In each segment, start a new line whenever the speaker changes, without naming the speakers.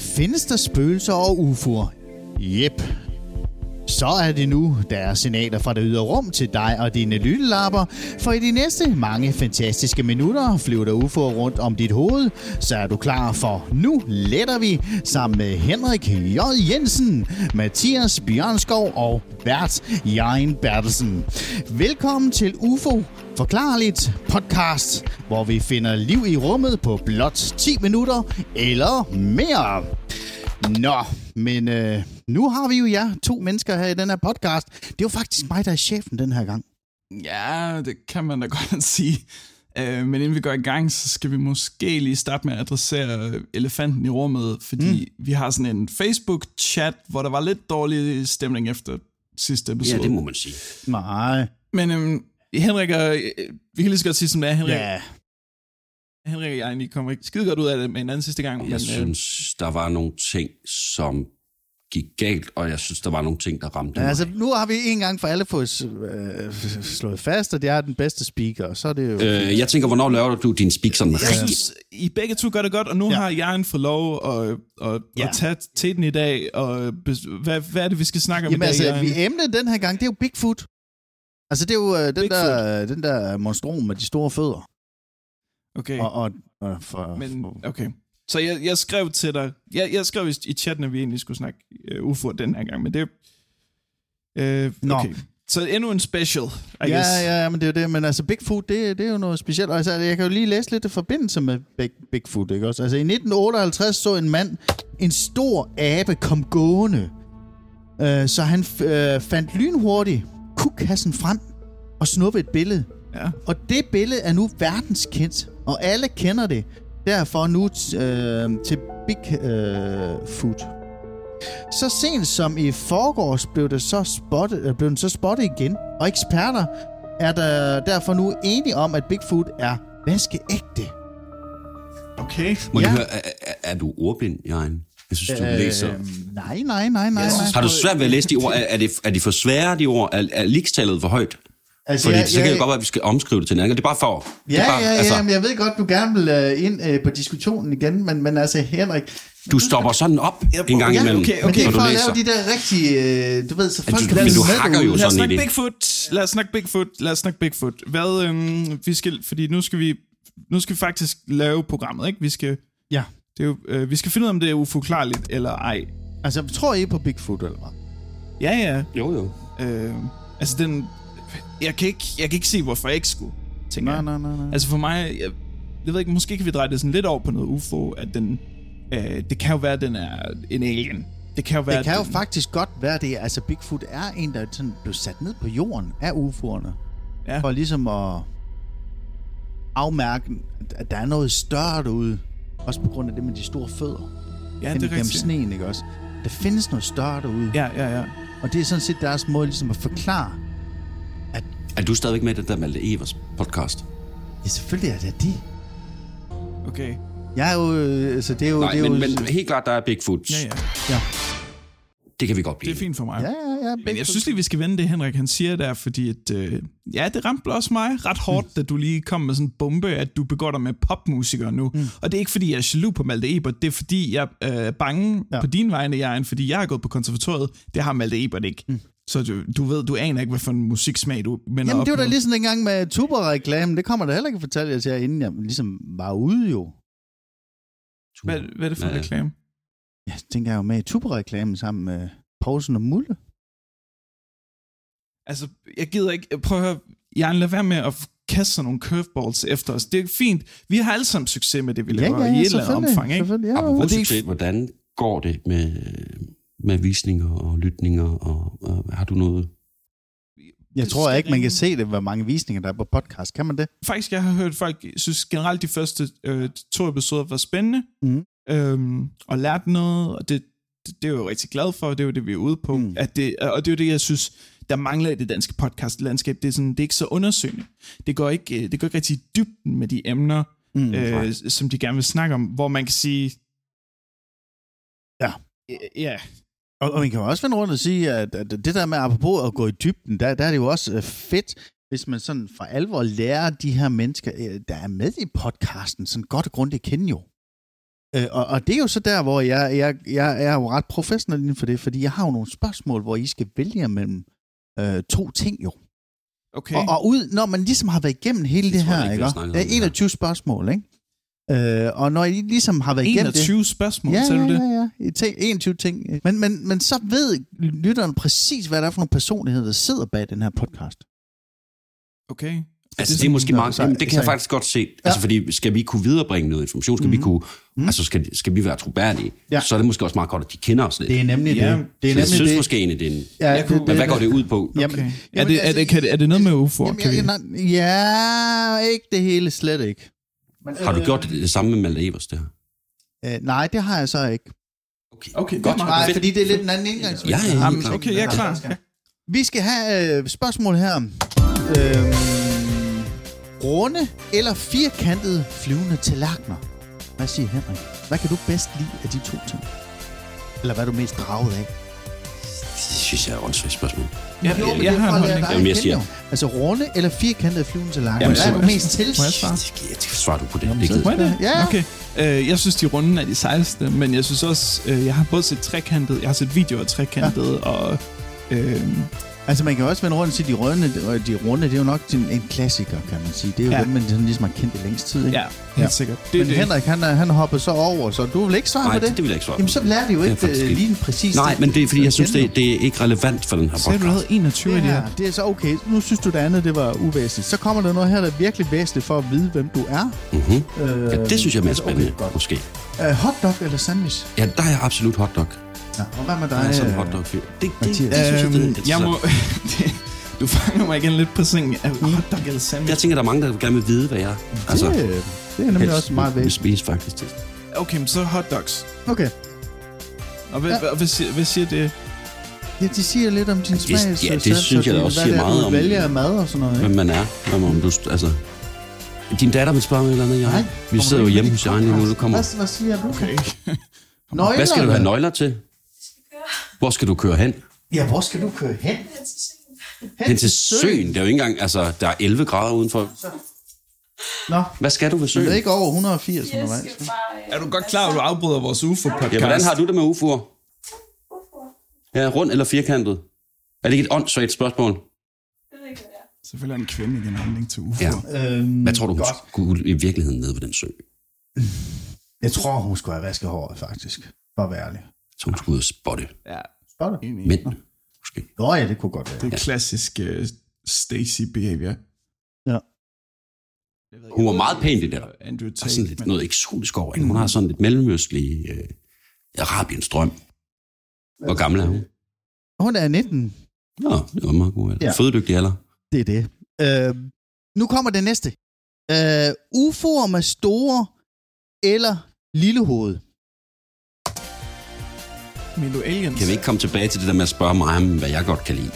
Findes der spøgelser og UFO'er? Jep. Så er det nu, der er signaler fra det ydre rum til dig og dine lyttelapper, for i de næste mange fantastiske minutter flyver der UFO'er rundt om dit hoved, så er du klar for Nu letter vi sammen med Henrik J. Jensen, Mathias Bjørnskov og Bert Jein Bertelsen. Velkommen til UFO Forklarligt podcast, hvor vi finder liv i rummet på blot 10 minutter eller mere. Nå, men øh, nu har vi jo jer to mennesker her i den her podcast. Det er jo faktisk mig, der er chefen den her gang.
Ja, det kan man da godt sige. Øh, men inden vi går i gang, så skal vi måske lige starte med at adressere øh, elefanten i rummet, fordi mm. vi har sådan en Facebook-chat, hvor der var lidt dårlig stemning efter sidste episode.
Ja, det må man sige.
Nej.
Men øhm, Henrik og... Øh, vi kan lige så godt sige, som det er. Henrik,
Ja,
Henrik og jeg egentlig kommer ikke skide godt ud af det med en anden sidste gang. Men, øh,
Jeg
øh.
synes, der var nogle ting, som gik galt, og jeg synes, der var nogle ting, der ramte
men
mig.
altså nu har vi en gang for alle fået øh, slået fast, at jeg er den bedste speaker, og så er det jo... Øh.
Øh, jeg tænker, hvornår laver du din speak sådan rigtig?
synes, I begge to gør det godt, og nu
Ja.
ja. har jeg en for lov at, at, ja.
Ja.
at tage teten i dag, og bes- hvad, hvad er det, vi skal snakke om
Jamen
i dag?
altså,
Jørgen?
vi emnet den her gang, det er jo Bigfoot. Altså det er jo øh, den,
Bigfoot.
der, øh, den der monstrum med de store fødder.
okay.
Og, og, og for,
Men
for,
okay. Så jeg, jeg skrev til dig, jeg, jeg skrev i, i chatten, at vi egentlig skulle snakke uh, UFO den her gang, men det... Øh,
Nå.
okay. Så endnu en special, I
ja,
guess.
ja, ja, men det er jo det. Men altså, Bigfoot, det, det er jo noget specielt. Og altså, jeg kan jo lige læse lidt i forbindelse med Big, Bigfoot, ikke også? Altså, i 1958 så en mand, en stor abe, kom gående. Øh, så han øh, fandt lynhurtigt kukkassen frem og snuppede et billede.
ja.
Og det billede er nu verdenskendt, og alle kender det. Derfor nu t- øh, til Big øh, Foot. Så sent som i forgårs blev, det så spottet, øh, blev den så spottet igen, og eksperter er der derfor nu enige om, at Bigfoot er vaskeægte.
Okay.
Må jeg
Ja.
ja. høre, er, er, er du ordblind, Jørgen? Jeg synes, du øh, læser...
nej, nej, nej, nej.
Jeg
nej.
synes-
Har du svært ved at læse de ord? Er, er, det, er de for svære, de ord? Er, er ligestallet for højt?
Altså,
Fordi
jeg-
så kan
jeg-
det godt være, at vi skal omskrive det til en anden gang. Det er bare for... det
Ja,
er bare,
ja, ja,
altså,
jamen, jeg ved godt, du gerne vil øh, ind øh, på diskussionen igen, men, men altså, Henrik...
Du stopper sådan op en gang
ja,
imellem,
Men det er
okay,
når
ikke
du
for at
læser.
lave de der rigtige... Øh, du ved, så folk
du-
kan
men
følge
du
med
hakker jo
derude.
Lad os
sådan
snakke
i det.
Bigfoot. Lad os snakke Bigfoot. Lad os snakke Bigfoot. Hvad, øhm, vi skal, fordi nu skal vi, nu skal vi faktisk lave programmet, ikke? Vi skal,
Ja.
det er jo, øh, vi skal finde ud af, om det er uforklarligt eller ej.
Altså, tror I på Bigfoot, eller hvad?
Ja, ja.
Jo, jo.
Øh, altså den... Jeg kan, ikke, jeg kan ikke se, hvorfor jeg ikke skulle, tænker
Nej,
jeg.
nej, nej, nej.
Altså for mig, jeg, jeg ved ikke, måske kan vi dreje det sådan lidt over på noget UFO, at den, øh, det kan jo være, at den er en alien. Det kan jo være,
Det kan
at
jo
den,
faktisk godt være det. er- Altså, Bigfoot er en, der sådan blev sat ned på jorden af UFO'erne.
Ja.
For ligesom at afmærke, at der er noget større derude. Også på grund af det med de store fødder.
ja,
gennem,
det er
gennem
rigtigt.
sneen, ikke også? Der findes noget større derude.
Ja, ja, ja.
Og det er sådan set deres måde ligesom at forklare.
Er du stadigvæk med i den der Malte Evers podcast?
Ja, selvfølgelig er det de.
Okay.
Jeg er jo... øh, Så det er jo... det
Nej,
er
men,
jo,
men helt klart, der er Bigfoot.
Ja, ja.
ja.
Det kan vi godt
Det
blive.
er fint for mig.
Ja, ja, ja.
Men jeg synes lige, vi skal vende det, Henrik han siger der, fordi at, øh, ja, det ramte også mig ret
Mm.
hårdt, da du lige kom med sådan en bombe, at du begår dig med popmusikere nu. Mm. Og det er ikke, fordi jeg er jaloux på Malte Ebert, det er, fordi jeg øh, er bange
Ja.
ja. på din vegne, Jørgen, fordi jeg er gået på konservatoriet. Det har Malte Ebert ikke. Mm. Så du, du ved, du aner ikke, hvad for en musiksmag du minder
Jamen,
op
det var da
med.
ligesom dengang med tuber-reklamen. Det kommer der heller ikke at fortælle jer til, jer, inden jeg ligesom var ude jo.
Hvad, hvad er det for en
Ja, ja.
reklame?
Ja, den gav jeg jo med i tuber-reklamen sammen med Poulsen og Mulle.
Altså, jeg gider ikke... Prøv at høre, Jørgen, lad være med at f- kaste sådan nogle curveballs efter os. Det er fint. Vi har alle sammen succes med det, vi laver i et eller andet omfang, ikke?
selvfølgelig, ja,
Apropos
Og det er ikke-
succes, hvordan går det med, øh, med visninger og lytninger? Og, og har du noget?
Jeg
Det
tror
skal
ikke, man kan
ringe.
se det, hvor mange visninger der er på podcast. Kan man det?
faktisk, jeg har hørt folk synes generelt, de første øh, to episoder var spændende,
Mhm.
øhm, og lært noget, og det, det, det er jeg jo rigtig glad for, og det er jo det, vi er ude på.
Mm.
Mm. At det, og det er jo det, jeg synes, der mangler i det danske podcastlandskab. Det er, sådan, det er ikke så undersøgende. Det går ikke, øh, det går ikke rigtig i dybden med de emner,
Mm,
mm, øh, som de gerne vil snakke om, hvor man kan sige...
Ja.
Ja,
Og, og man kan jo også vende rundt og sige, at, at det der med apropos at gå i dybden, der, der er det jo også øh, fedt, hvis man sådan for alvor lærer de her mennesker, øh, der er med i podcasten, sådan godt og grundigt at kende jo. Øh, og, og det er jo så der, hvor jeg, jeg, jeg er jo ret professionel inden for det, fordi jeg har jo nogle spørgsmål, hvor I skal vælge mellem øh, to ting jo. Okay.
Okay.
Og, og ud, når man ligesom har været igennem hele det,
Det
det
tror jeg
her,
ikke,
ikke?
vi har snakket om
Ja,
det her.
21 spørgsmål, ikke? Øh, og når I ligesom har været igennem det...
21 spørgsmål,
Ja,
sagde du
ja,
det?
ja, ja. I Ting, 21 ting. Men, men, men så ved lytteren præcis, hvad der er for nogle personligheder, der sidder bag den her podcast.
Okay.
Altså, det er måske
Nå,
mange,
så-
jamen, det kan jeg
så-
faktisk godt se. Altså, fordi skal vi kunne viderebringe noget information, skal vi kunne, altså, skal, skal vi være troværdige,
Ja.
så er det måske også meget godt, at de kender os lidt.
Det er nemlig
Ja,
det. Det er
Så jeg
nemlig
synes
det.
måske egentlig, det er en...
ja,
Jeg kunne-
Men hvad går det ud på?
Jamen,
Okay. Er
jamen,
det, er,
altså,
det, kan det, er det noget med UFO'er?
Jamen,
kan vi-
jeg, nej, ja, ikke det hele, slet ikke. Men,
Har
øh,
du gjort det, det samme med Malte Evers, det her?
Øh, nej, det har jeg så ikke.
Okay,
Okay, det er
godt.
meget
Nej,
Ah, Fedt.
fordi det er lidt en anden indgangsvinkel.
Ja, ja, helt
Jamen,
klart.
okay, jeg er klar.
Vi skal have øh, spørgsmål her. Øhm, runde eller firkantede flyvende tallerkener? Hvad siger Henrik? Hvad kan du bedst lide af de to ting? Eller hvad er du mest draget af?
Det synes jeg er et åndssvagt spørgsmål.
Jeg, jeg, jeg har en holdning.
Jamen, jeg siger-
Altså runde eller firkantede flyvende tallerkener?
Jamen,
Hvad er
så-
du mest til?
Må jeg svare?
Det, det svarer du på det. det gider
Må
jeg.
jeg det?
Ja.
Okay. Øh, jeg synes, de runde er de sejeste, men jeg synes også, øh, jeg har både set trekantet, jeg har set videoer af trekantet, ja. og øh,
Altså man kan også vende rundt og sige, de runde, og de runde det er jo nok sådan en klassiker, kan man sige. Det er jo
Ja.
ja. dem, man sådan ligesom har kendt i længst tid. Ikke?
ja, helt
Ja.
sikkert. Det,
Men
er det.
Henrik, han, er- han hopper så over, så du vil ikke svare
Nej,
på det?
det vil jeg ikke svare på.
Jamen, så lærer de jo
Det er
ikke
faktisk
øh,
ikke-
lige præcis
Nej, men det er, fordi jeg synes, det, det er ikke relevant for den her
Sagde du, du
podcast.
havde 21 af
det
de
her,
her?
det er så okay. Nu synes du, det andet det var uvæsentligt. Så kommer der noget her, der er virkelig væsentligt for at vide, hvem du er.
Mm-hmm.
Øh,
Ja, det synes jeg er mere
altså,
spændende,
Okay, godt.
måske.
Øh, hotdog eller sandwich?
Ja, der er jeg absolut hotdog.
Ja, og hvad med dig?
Jeg er sådan en
øh,
hotdog -fyr. Det, det, det,
Mathias.
det, synes jeg, det
Øhm,
er
jeg må...
interessant.
det, du fanger mig igen lidt på sengen. Er hotdog eller
Jeg
sandwich?
tænker, der er mange, der gerne vil vide, hvad jeg er. Altså,
det, øh, det er nemlig
helst
også meget
vil
væsentligt.
spise faktisk det.
Okay, men så hotdogs.
Okay.
Og hvad,
Ja.
ja. hvad, hvad, siger, hvad siger det?
Ja, de siger lidt om din
det-
smag.
ja, det synes jeg da også siger meget om-
Hvad det er, du vælger af mad og sådan noget,
Hvem
ikke?
man er. Hvem om du... Altså, din datter vil spørge mig et eller andet, jeg
Nej,
Vi
kommer
sidder
du
jo
ikke
hjemme
med
hos
dit
jer lige nu.
podcast?
Du kommer.
Hvad, hvad siger du?
Okay.
Nøglerne.
Hvad skal du have nøgler til? Hvor skal du køre hen?
Ja, hvor skal du køre hen?
Hen til søen. Det er jo ikke engang... Altså, der er 11 grader udenfor.
Nå,
Hvad skal du ved
det
søen?
er ikke over 180
Jeg
undervejs.
skal bare... øh,
Er du godt klar, at du afbryder vores UFO-podcast?
Ja, hvordan har du det med UFO'er?
Hvorfor?
Ja, rund eller firkantet? Er det ikke et åndssvagt spørgsmål?
Jeg ved ikke, hvad det er.
Selvfølgelig er en kvinde ikke en handling til UFO.
Ja.
Ja.
Øhm,
Hvad tror du, hun
godt.
skulle i virkeligheden nede ved den sø?
Jeg tror, hun skulle have vasket håret, faktisk. For at være ærlig.
Så hun skulle ud og spotte
ja.
Spotter.
Enig.
mænd, måske.
Nå ja, det kunne godt være.
Det er klassisk uh, Stacy behavior.
Ja.
Hun var meget pæn, det der.
Andrew
Der er
Tate.
sådan lidt
men-
noget eksotisk over hende. Hun har sådan lidt mellemøstlig øh, Arabiens drøm. Hvor gammel er hun?
Hun er 19.
Nå, det var meget god alder.
Ja.
Ja. Fødedygtig alder.
Det er det. Øh, nu kommer det næste. Øh, UFO'er med store eller lille hoved.
Milo Aliens.
Kan vi ikke komme tilbage til det der med at spørge mig om, hvad jeg godt kan lide?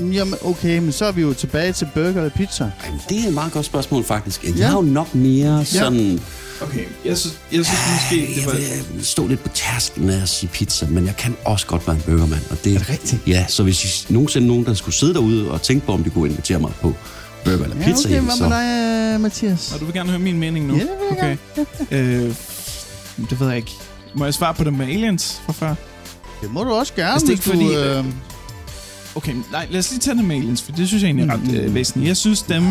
Jamen, okay, men så er vi jo tilbage til burger eller pizza.
Ej, men det er et meget godt spørgsmål, faktisk. Jeg ja. har jo nok mere sådan...
Okay, jeg synes, jeg synes måske, det
Jeg
var...
vil stå lidt på tasken med at sige pizza, men jeg kan også godt være en burgermand. Og det, er
det rigtigt?
Ja, så hvis I nogensinde nogen, der skulle sidde derude og tænke på, om de kunne invitere mig på burger eller
Ja,
pizza,
okay,
hjem,
hvad
så
med dig, øh, Mathias?
Og du vil gerne høre min mening nu?
Ja, det vil jeg
okay. gerne. øh, det ved jeg ikke. Må jeg svare på det med Aliens fra før?
Det må du også gerne,
Altså, det er
hvis du...
ikke fordi,
øh,
Okay, nej, lad os lige tage det med aliens, for det synes jeg egentlig er
Mm.
ret øh, væsentligt. Jeg synes, dem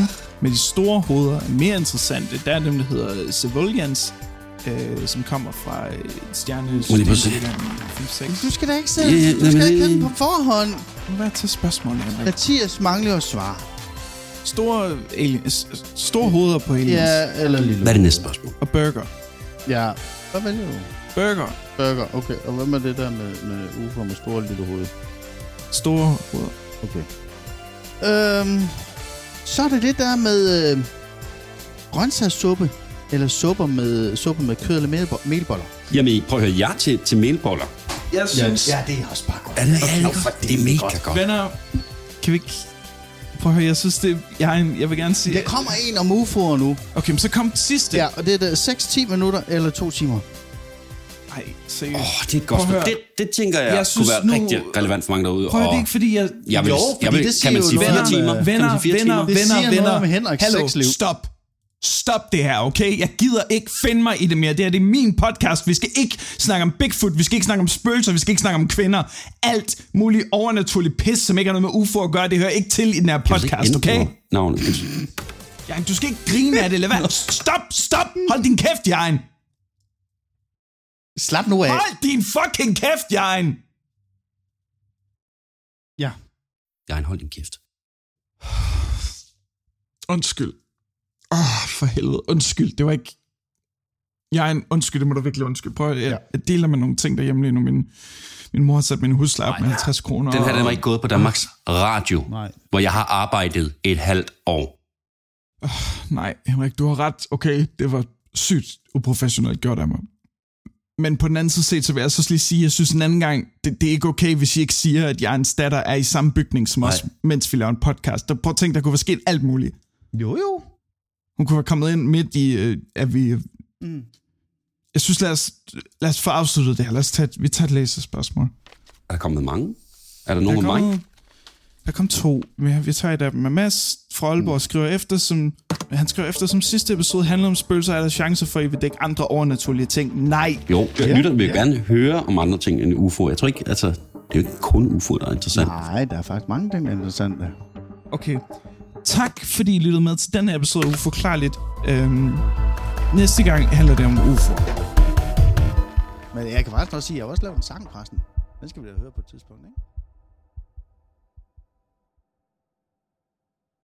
med de store hoveder er mere interessante. Der er dem, der hedder Civilians, øh, som kommer fra øh, et stjernesystem.
Må lige prøve at se.
5-6.
du skal da ikke selv...
Ja, ja,
Du skal da ikke
men-
have den på forhånd.
Nu hvad til spørgsmålet, Henrik?
Mathias mangler at svare.
Store, aliens, s- store hoveder på aliens.
Ja, eller lille
hvad er det
hoved.
næste spørgsmål?
Og burger.
Ja. Hvad vælger du?
Burger.
Burger, okay. Og hvad med det der med, med UFO'er med store og lille hoved?
Store hoveder.
Okay. Øhm, så er det det der med øh, grøntsagssuppe, eller supper med, supper med kød eller melbo- melboller.
Jamen, prøv at høre, jeg er til, til melboller.
Jeg synes... Ja,
det er også bare godt.
Er det, er det, godt? det er mega godt.
Venner, kan vi ikke... Prøv at høre, jeg synes, det... Jeg, er en, jeg vil gerne sige...
Der kommer en om UFO'er nu.
Okay, men så kom den sidste.
Ja, og det er der 6-10 minutter eller 2 timer.
Ej, seriøst.
Åh, det er et godt
Prøv at
spørgsmål. Det, det tænker jeg,
Jeg
jeg
synes
kunne være
nu-
nu... rigtig relevant for mange derude.
Prøv at høre,
og
det er ikke, fordi jeg...
jeg vil,
Jo,
jeg
fordi
vil,
det siger
kan man
jo
sige
noget
fire
om,
timer?
øh,
Kan
Venner,
man sige fire
venner,
timer?
venner,
Det siger noget
venner.
om Henriks
Hallo,
sexliv.
stop. Stop det her, okay? Jeg gider ikke finde mig i det mere. Det her det er min podcast. Vi skal ikke snakke om Bigfoot, vi skal ikke snakke om spøgelser, vi skal ikke snakke om kvinder. Alt muligt overnaturligt pis, som ikke har noget med UFO at gøre, det hører ikke til i den her podcast, okay?
Navn.
Ja, du skal ikke grine af det, lad være. Stop, stop! Hold din kæft, Jørgen!
Slap nu af.
Hold din fucking kæft, Jørgen!
Ja.
Jeg hold din kæft.
Undskyld. Åh, oh, for helvede. Undskyld, det var ikke... Jeg er en undskyld, det må du virkelig undskylde. Prøv at, jeg, jeg deler med nogle ting derhjemme lige nu. Min, min mor har sat min husleje op med 50 kroner.
Den her, den var
og-
ikke gået på Danmarks Radio,
Nej.
hvor jeg har arbejdet et halvt år.
Nej, Henrik, du har ret. Okay, det var sygt uprofessionelt gjort af mig. Men på den anden side set, så vil jeg så også lige sige, at jeg synes en anden gang, det, det er ikke okay, hvis I ikke siger, at jeg er en statter, er i samme bygning som os, mens vi laver en podcast. Der, prøv at tænke, der kunne være sket alt muligt.
Jo, jo.
Hun kunne være kommet ind midt i, øh, at vi... Mm. Jeg synes, lad os, lad os få afsluttet det her. Lad os tage, et- vi tager et læserspørgsmål.
Er der kommet mange? Er der nogen
Der
med mig?
kom, der kom to. Vi, vi tager et af dem. Mads fra Aalborg skriver efter, som, han skriver efter, som sidste episode handlede om spøgelser, er der chancer for, at I vil dække andre overnaturlige ting? Nej.
Jo, ja. lytterne vil jo gerne høre om andre ting end UFO. Jeg tror ikke, altså, det er jo ikke kun UFO, der er interessant.
Nej, der er faktisk mange ting, der er interessante.
Okay. Tak, fordi I lyttede med til den her episode af Uforklarligt. Øhm, næste gang handler det om UFO.
Men jeg kan faktisk også sige, at jeg har også lavet en sang, forresten. Den skal vi da høre på et tidspunkt, ikke?